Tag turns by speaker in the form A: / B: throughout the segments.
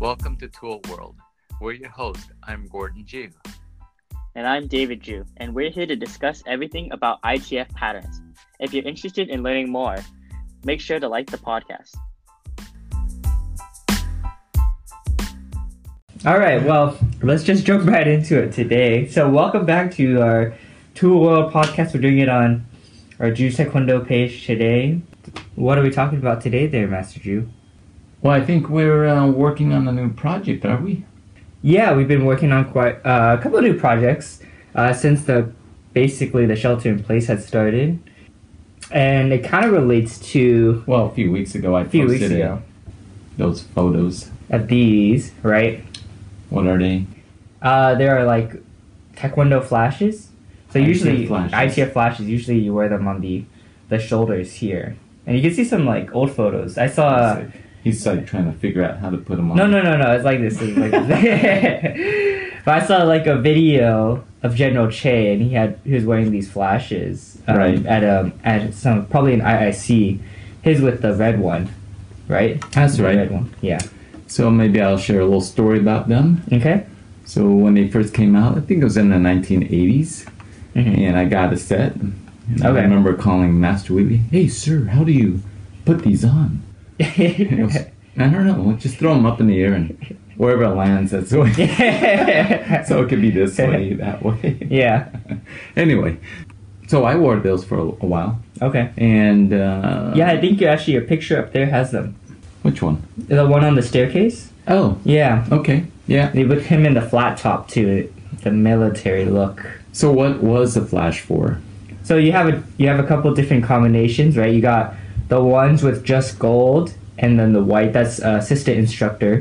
A: Welcome to Tool World. We're your host. I'm Gordon Jew.
B: And I'm David Drew, and we're here to discuss everything about IGF patterns. If you're interested in learning more, make sure to like the podcast.
C: All right, well, let's just jump right into it today. So, welcome back to our Tool World podcast. We're doing it on our Jew Taekwondo page today. What are we talking about today, there, Master Jew?
D: Well, I think we're uh, working on a new project, are we?
C: Yeah, we've been working on quite uh, a couple of new projects uh, since the basically the shelter in place had started, and it kind of relates to
D: Well, a few weeks ago I
C: Few
D: posted
C: weeks ago.
D: uh, those photos.
C: uh, these, right?
D: What are they?
C: Uh, there are like taekwondo flashes. So
D: ITF
C: usually
D: flashes.
C: ITF flashes. Usually you wear them on the the shoulders here, and you can see some like old photos. I saw.
D: He's, like, he's like trying to figure out how to put them on.
C: Uh, No, no, no, no. It's like this. It's like this. but I saw like a video of General Che, and he had he was wearing these flashes um,
D: Right.
C: at um at some probably an IIC. His with the red one, right?
D: That's
C: The
D: right.
C: red one. Yeah.
D: So maybe I'll share a little story about them.
C: Okay.
D: So when they first came out, I think it was in the 1980s,
C: Mhm.
D: and I got a set. And I
C: Okay.
D: remember calling Master Wheatley, "Hey, sir, how do you put these on?" And it was, I don't know. Just throw them up in the air and wherever it lands, that's the way. so it could be this way, that way.
C: yeah.
D: anyway, so I wore those for a, a while,
C: Okay.
D: and uh,
C: Yeah, I think you actually your picture up there has them.
D: which one?
C: The one on the staircase.
D: Oh,
C: Yeah.
D: okay, yeah.
C: They put him in the flat top too. The military look.
D: So what was the flash for?
C: So you have a you have a couple different combinations, right? You got the ones with just gold, and then the white. That's uh, assistant instructor.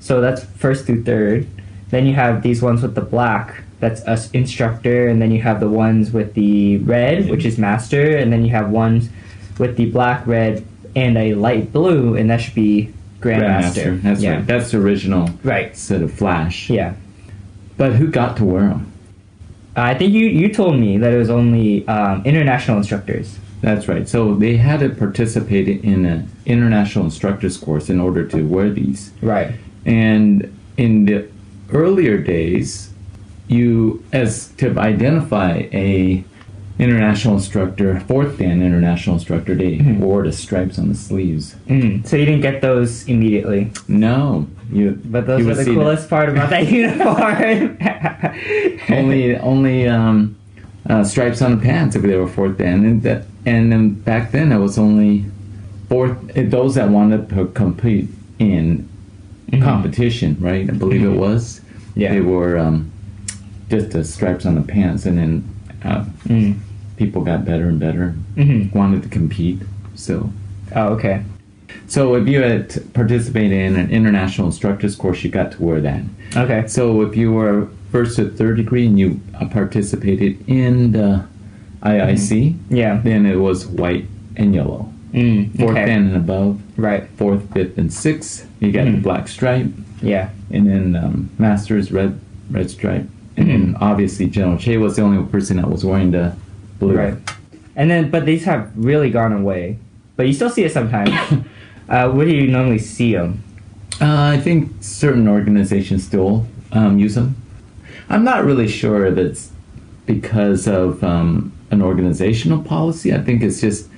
C: So that's first through third. Then you have these ones with the black. That's us instructor, and then you have the ones with the red, which is master, and then you have ones with the black, red, and a light blue, and that should be grandmaster.
D: That's
C: yeah.
D: right. That's the original
C: Right.
D: set of flash.
C: Yeah. Uh,
D: But who got to wear them?
C: I think you you told me that it was only um, international instructors.
D: That's right. So they had to participate in an international instructors course in order to wear these.
C: Right.
D: And in the earlier days, you as to identify a international instructor, fourth dan international instructor, they
C: Mm-hmm.
D: wore the stripes on the sleeves.
C: Mm. So you didn't get those immediately.
D: No, you.
C: But those
D: you
C: were
D: would
C: the
D: see that
C: coolest part about that uniform.
D: Only, only um, uh, stripes on the pants if they were fourth dan, and that, and then back then it was only fourth. eh, Those that wanted to compete in competition, right? I believe it was.
C: Mm-hmm. Yeah.
D: They were um, just the stripes on the pants, and then uh,
C: Mm.
D: people got better and better,
C: Mhm.
D: wanted to compete. So,
C: Oh, okay.
D: so if you had participated in an international instructors course, you got to wear that.
C: Okay.
D: So if you were first or third degree and you uh, participated in the IIC,
C: Mm-hmm. Yeah.
D: then it was white and yellow.
C: Mm.
D: Fourth
C: okay.
D: dan and above,
C: Right.
D: fourth, fifth, and sixth, you got the
C: Mhm.
D: black stripe.
C: Yeah.
D: and then um, Masters Red Red Stripe, and
C: Mm-hmm.
D: then obviously General Che was the only person that was wearing the blue.
C: Right. And then, but these have really gone away. But you still see it sometimes. uh, where do you normally see them?
D: Uh, I think certain organizations still um, use them. I'm not really sure if it's because of um, an organizational policy. I think it's just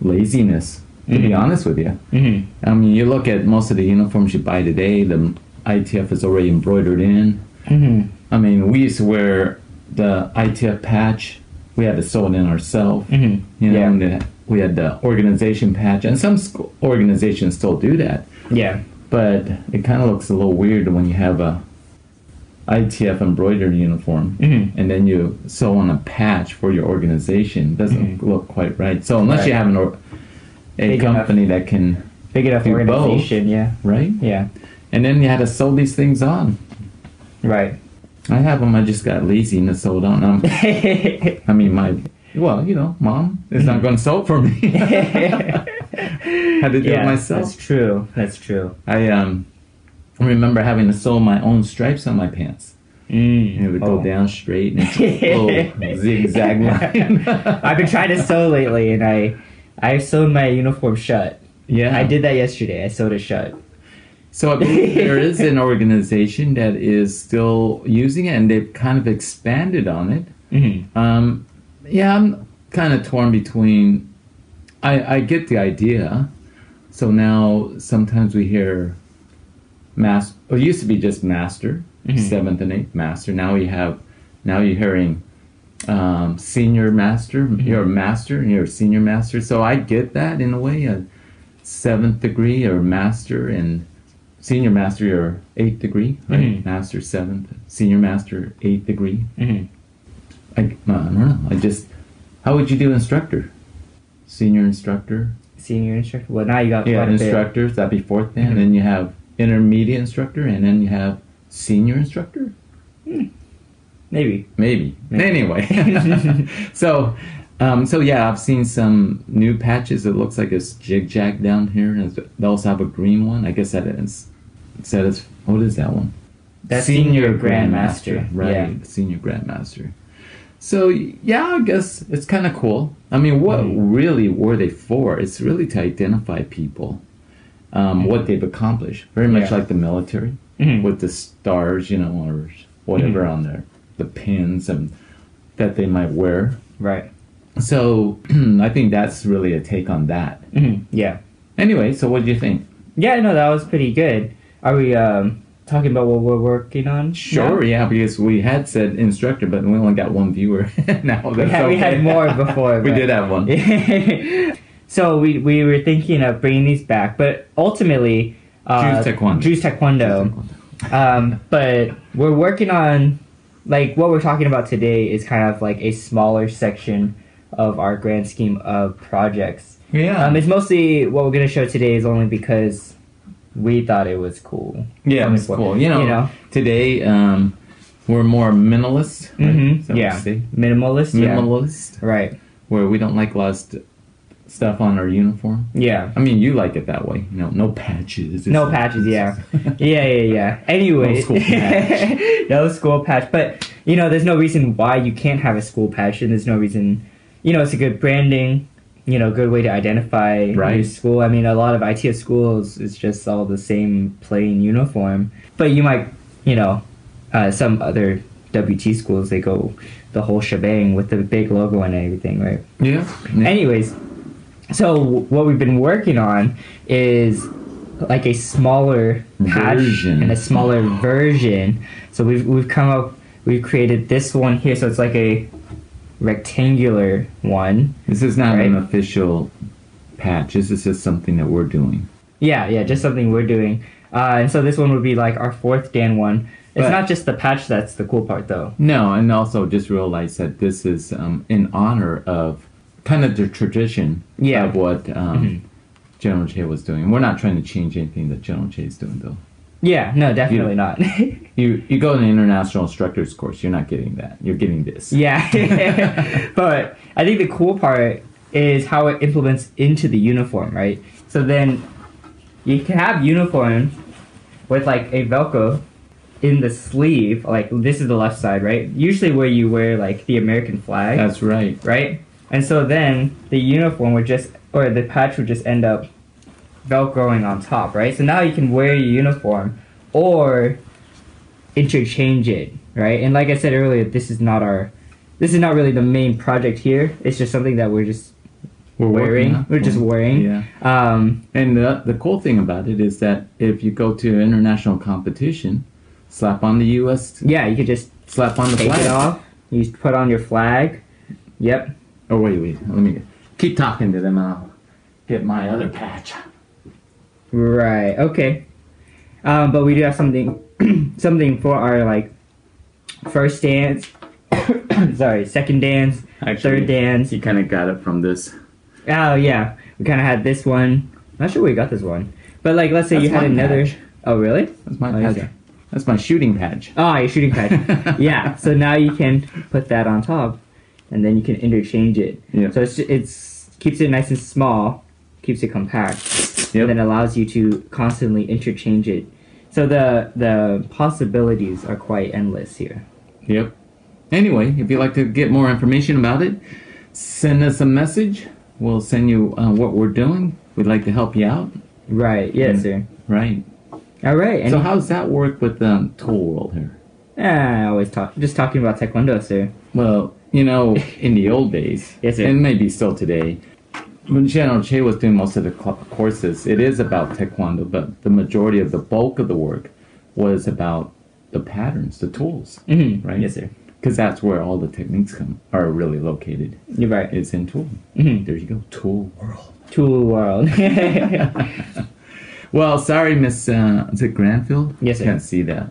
D: laziness. To be honest with you,
C: Mm-hmm.
D: I mean, you look at most of the uniforms you buy today. The ITF is already embroidered in.
C: Mm-hmm.
D: I mean, we used to wear the ITF patch. We had to sew it in ourselves.
C: Mm-hmm.
D: You know,
C: Yeah.
D: and the, we had the organization patch, and some sc- organizations still do that,
C: Yeah.
D: but it kind of looks a little weird when you have a ITF embroidered uniform
C: Mhm.
D: and then you sew on a patch for your organization. It doesn't look quite right. So unless you
C: Mm-hmm. Right.
D: have an or- a
C: Big enough.
D: company that can
C: Big enough
D: Do both.
C: organization. Yeah.
D: right,
C: Yeah.
D: and then you had to sew these things on.
C: Right.
D: I have them. I just got lazy and sewed on. I'm, I mean, my well, you know, mom is
C: Mm-hmm.
D: not going to sew for me. had to do it myself.
C: That's true. That's true.
D: I um remember having to sew my own stripes on my pants.
C: Mm.
D: And it would
C: Oh.
D: go down straight and it's a little zigzag line.
C: I've been trying to sew lately, and I I sewed my uniform shut.
D: yeah,
C: I did that yesterday. I sewed it shut.
D: So I believe there is an organization that is still using it, and they've kind of expanded on it.
C: Mm-hmm.
D: Um, yeah, I'm kind of torn between. I, I get the idea. So now sometimes we hear master. Well, it used to be just master,
C: Mhm.
D: seventh and eighth master. Now we have. Now you're hearing um, senior master. You're a master and you're a senior master. So I get that in a way. A seventh degree or master and senior master or eighth degree. Right?
C: Mhm.
D: Master seventh, senior master eighth degree.
C: Mm-hmm.
D: I, I don't know. I just, how would you do instructor? Senior instructor?
C: Senior instructor. Well, now you got
D: Yeah,
C: quite a bit.
D: instructors, that'd be fourth then. And then you have intermediate instructor, and then you have senior instructor?
C: Maybe.
D: Maybe.
C: Maybe.
D: Anyway. so, um, so yeah, I've seen some new patches. It looks like it's jig jag down here. And it's- they also have a green one. I guess that is, that is, what is that one?
C: That's senior grandmaster,
D: right?
C: yeah.
D: Senior grandmaster. So yeah, I guess it's kind of cool. I mean, what
C: Mm-hmm.
D: really were they for? It's really to identify people, um, what they've accomplished. Very much
C: Mm-hmm. Yeah.
D: like the military
C: Mhm.
D: with the stars, you know, or whatever
C: Mm-hmm.
D: on their the pins and that they might wear.
C: Right.
D: So I think that's really a take on that.
C: Mm-hmm. Yeah.
D: Anyway, so what do you think?
C: Yeah. No, that was pretty good. Are we um talking about what we're working on?
D: Sure, yeah, because we had said instructor, but we only got one viewer. now
C: We
D: that's
C: had, we
D: okay.
C: had more before.
D: we
C: but-
D: did have one.
C: so we we were thinking of bringing these back, but ultimately, uh,
D: Jews Taekwondo.
C: Jews Taekwondo. Um, but we're working on like what we're talking about today is kind of like a smaller section of our grand scheme of projects.
D: Yeah.
C: Um, it's mostly what we're gonna show today is only because we thought it was cool.
D: yeah,
C: Um,
D: it's cool. You know,
C: you know.
D: today um, we're more minimalist. right? Is that
C: Mm-hmm.
D: what
C: Yeah.
D: you say?
C: Minimalist.
D: Minimalist,
C: Yeah. Right.
D: where we don't like a lot of st- stuff on our uniform.
C: Yeah.
D: I mean, you like it that way. You know, no patches. It's
C: No
D: like-
C: patches, yeah. Yeah, yeah, yeah. Anyway,
D: No school patch.
C: no school patch. But you know, there's no reason why you can't have a school patch, and there's no reason. You know, it's a good branding. You know, good way to identify your
D: Right.
C: school. I mean, a lot of ITF schools is just all the same plain uniform. But you might, you know, uh, some other WT schools they go the whole shebang with the big logo and everything, right?
D: Yeah. yeah.
C: Anyways, so w- what we've been working on is like a smaller patch
D: Version.
C: and a smaller version. So we've we've come up we've created this one here. So it's like a rectangular one.
D: this is not an
C: Right.
D: official patch. This is just something that we're doing.
C: Yeah, yeah, just something we're doing. Uh, and so this one would be like our fourth Dan one. It's
D: But-
C: not just the patch that's the cool part though.
D: No, and also just realize that this is um, in honor of kind of the tradition
C: Yeah.
D: of what um, General Che was doing. We're not trying to change anything that General Che is doing, though.
C: Yeah, no, definitely
D: Yeah.
C: not.
D: You you go to an international instructor's course, you're not getting that. You're getting this.
C: Yeah. but I think the cool part is how it implements into the uniform, right? So then you can have uniform with like a Velcro in the sleeve, like this is the left side, right? Usually where you wear like the American flag,
D: That's right.
C: right? And so then the uniform would just, or the patch would just end up Velcroing on top, right? So now you can wear your uniform or interchange it, right? And like I said earlier, this is not our, this is not really the main project here. It's just something that we're just
D: We're
C: wearing.
D: working on- Mm-hmm.
C: We're just wearing.
D: Yeah.
C: Um,
D: And the, the cool thing about it is that if you go to international competition, slap on the U.S.
C: yeah, you could just
D: slap on the
C: take
D: flag.
C: it off. You just put on your flag. Yep.
D: Oh wait, wait. Let me keep talking to them. and I'll get my other patch.
C: Right. Okay. Um, but we do have something, something for our like first dance. sorry, second dance,
D: Actually,
C: third dance.
D: You kind of got it from this.
C: Oh yeah, we kind of had this one. Not sure where we got this one, but like let's say
D: That's
C: you had
D: my
C: another.
D: patch.
C: Oh really?
D: That's my
C: Oh, you
D: patch.
C: see.
D: That's my shooting patch.
C: Oh, your shooting patch. yeah. So now you can put that on top, and then you can interchange it.
D: Yeah.
C: So it's it's keeps it nice and small, keeps it compact,
D: Yep.
C: and then allows you to constantly interchange it. So the the possibilities are quite endless here.
D: Yep. Anyway, if you'd like to get more information about it, send us a message. We'll send you uh, what we're doing. We'd like to help you out.
C: Right. Yes,
D: Mm.
C: sir.
D: Right.
C: All right. And
D: So how does that work with um, Tool World here?
C: Ah, I always talk. Just talking about taekwondo, sir.
D: Well, you know, in the old days,
C: Yes, sir.
D: and maybe still today, when General Che was doing most of the cl- courses, it is about Taekwondo, but the majority of the bulk of the work was about the patterns, the tools,
C: Mhm.
D: right?
C: Yes, sir.
D: Because that's where all the techniques come are really located.
C: You're right.
D: It's in Tool.
C: Mm-hmm.
D: There you go, Tool World.
C: Tool world. We're
D: Well, sorry, Miss. Uh, is it Granfield?
C: Yes, sir.
D: Can't see that.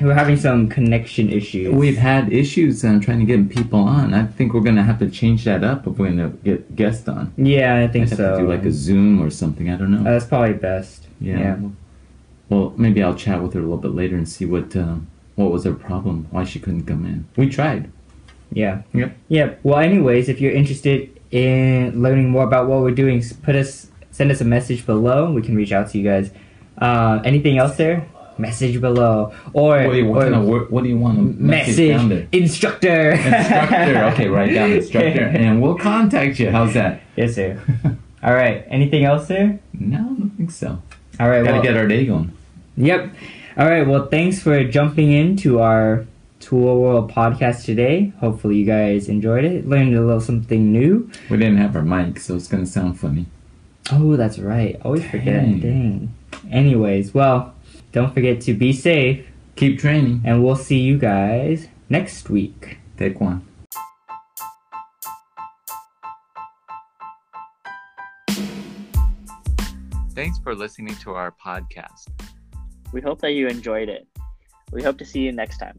C: having some connection issues.
D: We've had issues um, trying to get people on. I think we're gonna have to change that up if we're gonna get guests on.
C: yeah, I think
D: Have
C: so.
D: to do like a Zoom or something. I don't
C: Uh,
D: know.
C: that's probably best.
D: yeah. Well, maybe I'll chat with her a little bit later and see what um, what was her problem, why she couldn't come in. We tried.
C: Yeah.
D: Yep.
C: Yep. Well, anyways, if you're interested in learning more about what we're doing, s- put us send us a message below. We can reach out to you guys. Uh, anything else there? Message below or,
D: What do you want?
C: or
D: to wor- What do you want? to
C: message
D: down there?
C: instructor.
D: Instructor. Okay, write down instructor, and we'll contact you. How's that?
C: yes, sir. All right. Anything else there?
D: No, I don't think so.
C: All right.
D: Gotta
C: well-
D: get our day going.
C: Yep. All right. Well, thanks for jumping into our Tool World podcast today. Hopefully, you guys enjoyed it, learned a little something new.
D: We didn't have our mic, so it's gonna sound funny.
C: Oh, that's right. Always forget.
D: Dang.
C: Dang. Anyways, well, don't forget to be safe,
D: Keep training.
C: and we'll see you guys next week.
D: Take one.
A: Thanks for listening to our podcast.
B: We hope that you enjoyed it. We hope to see you next time.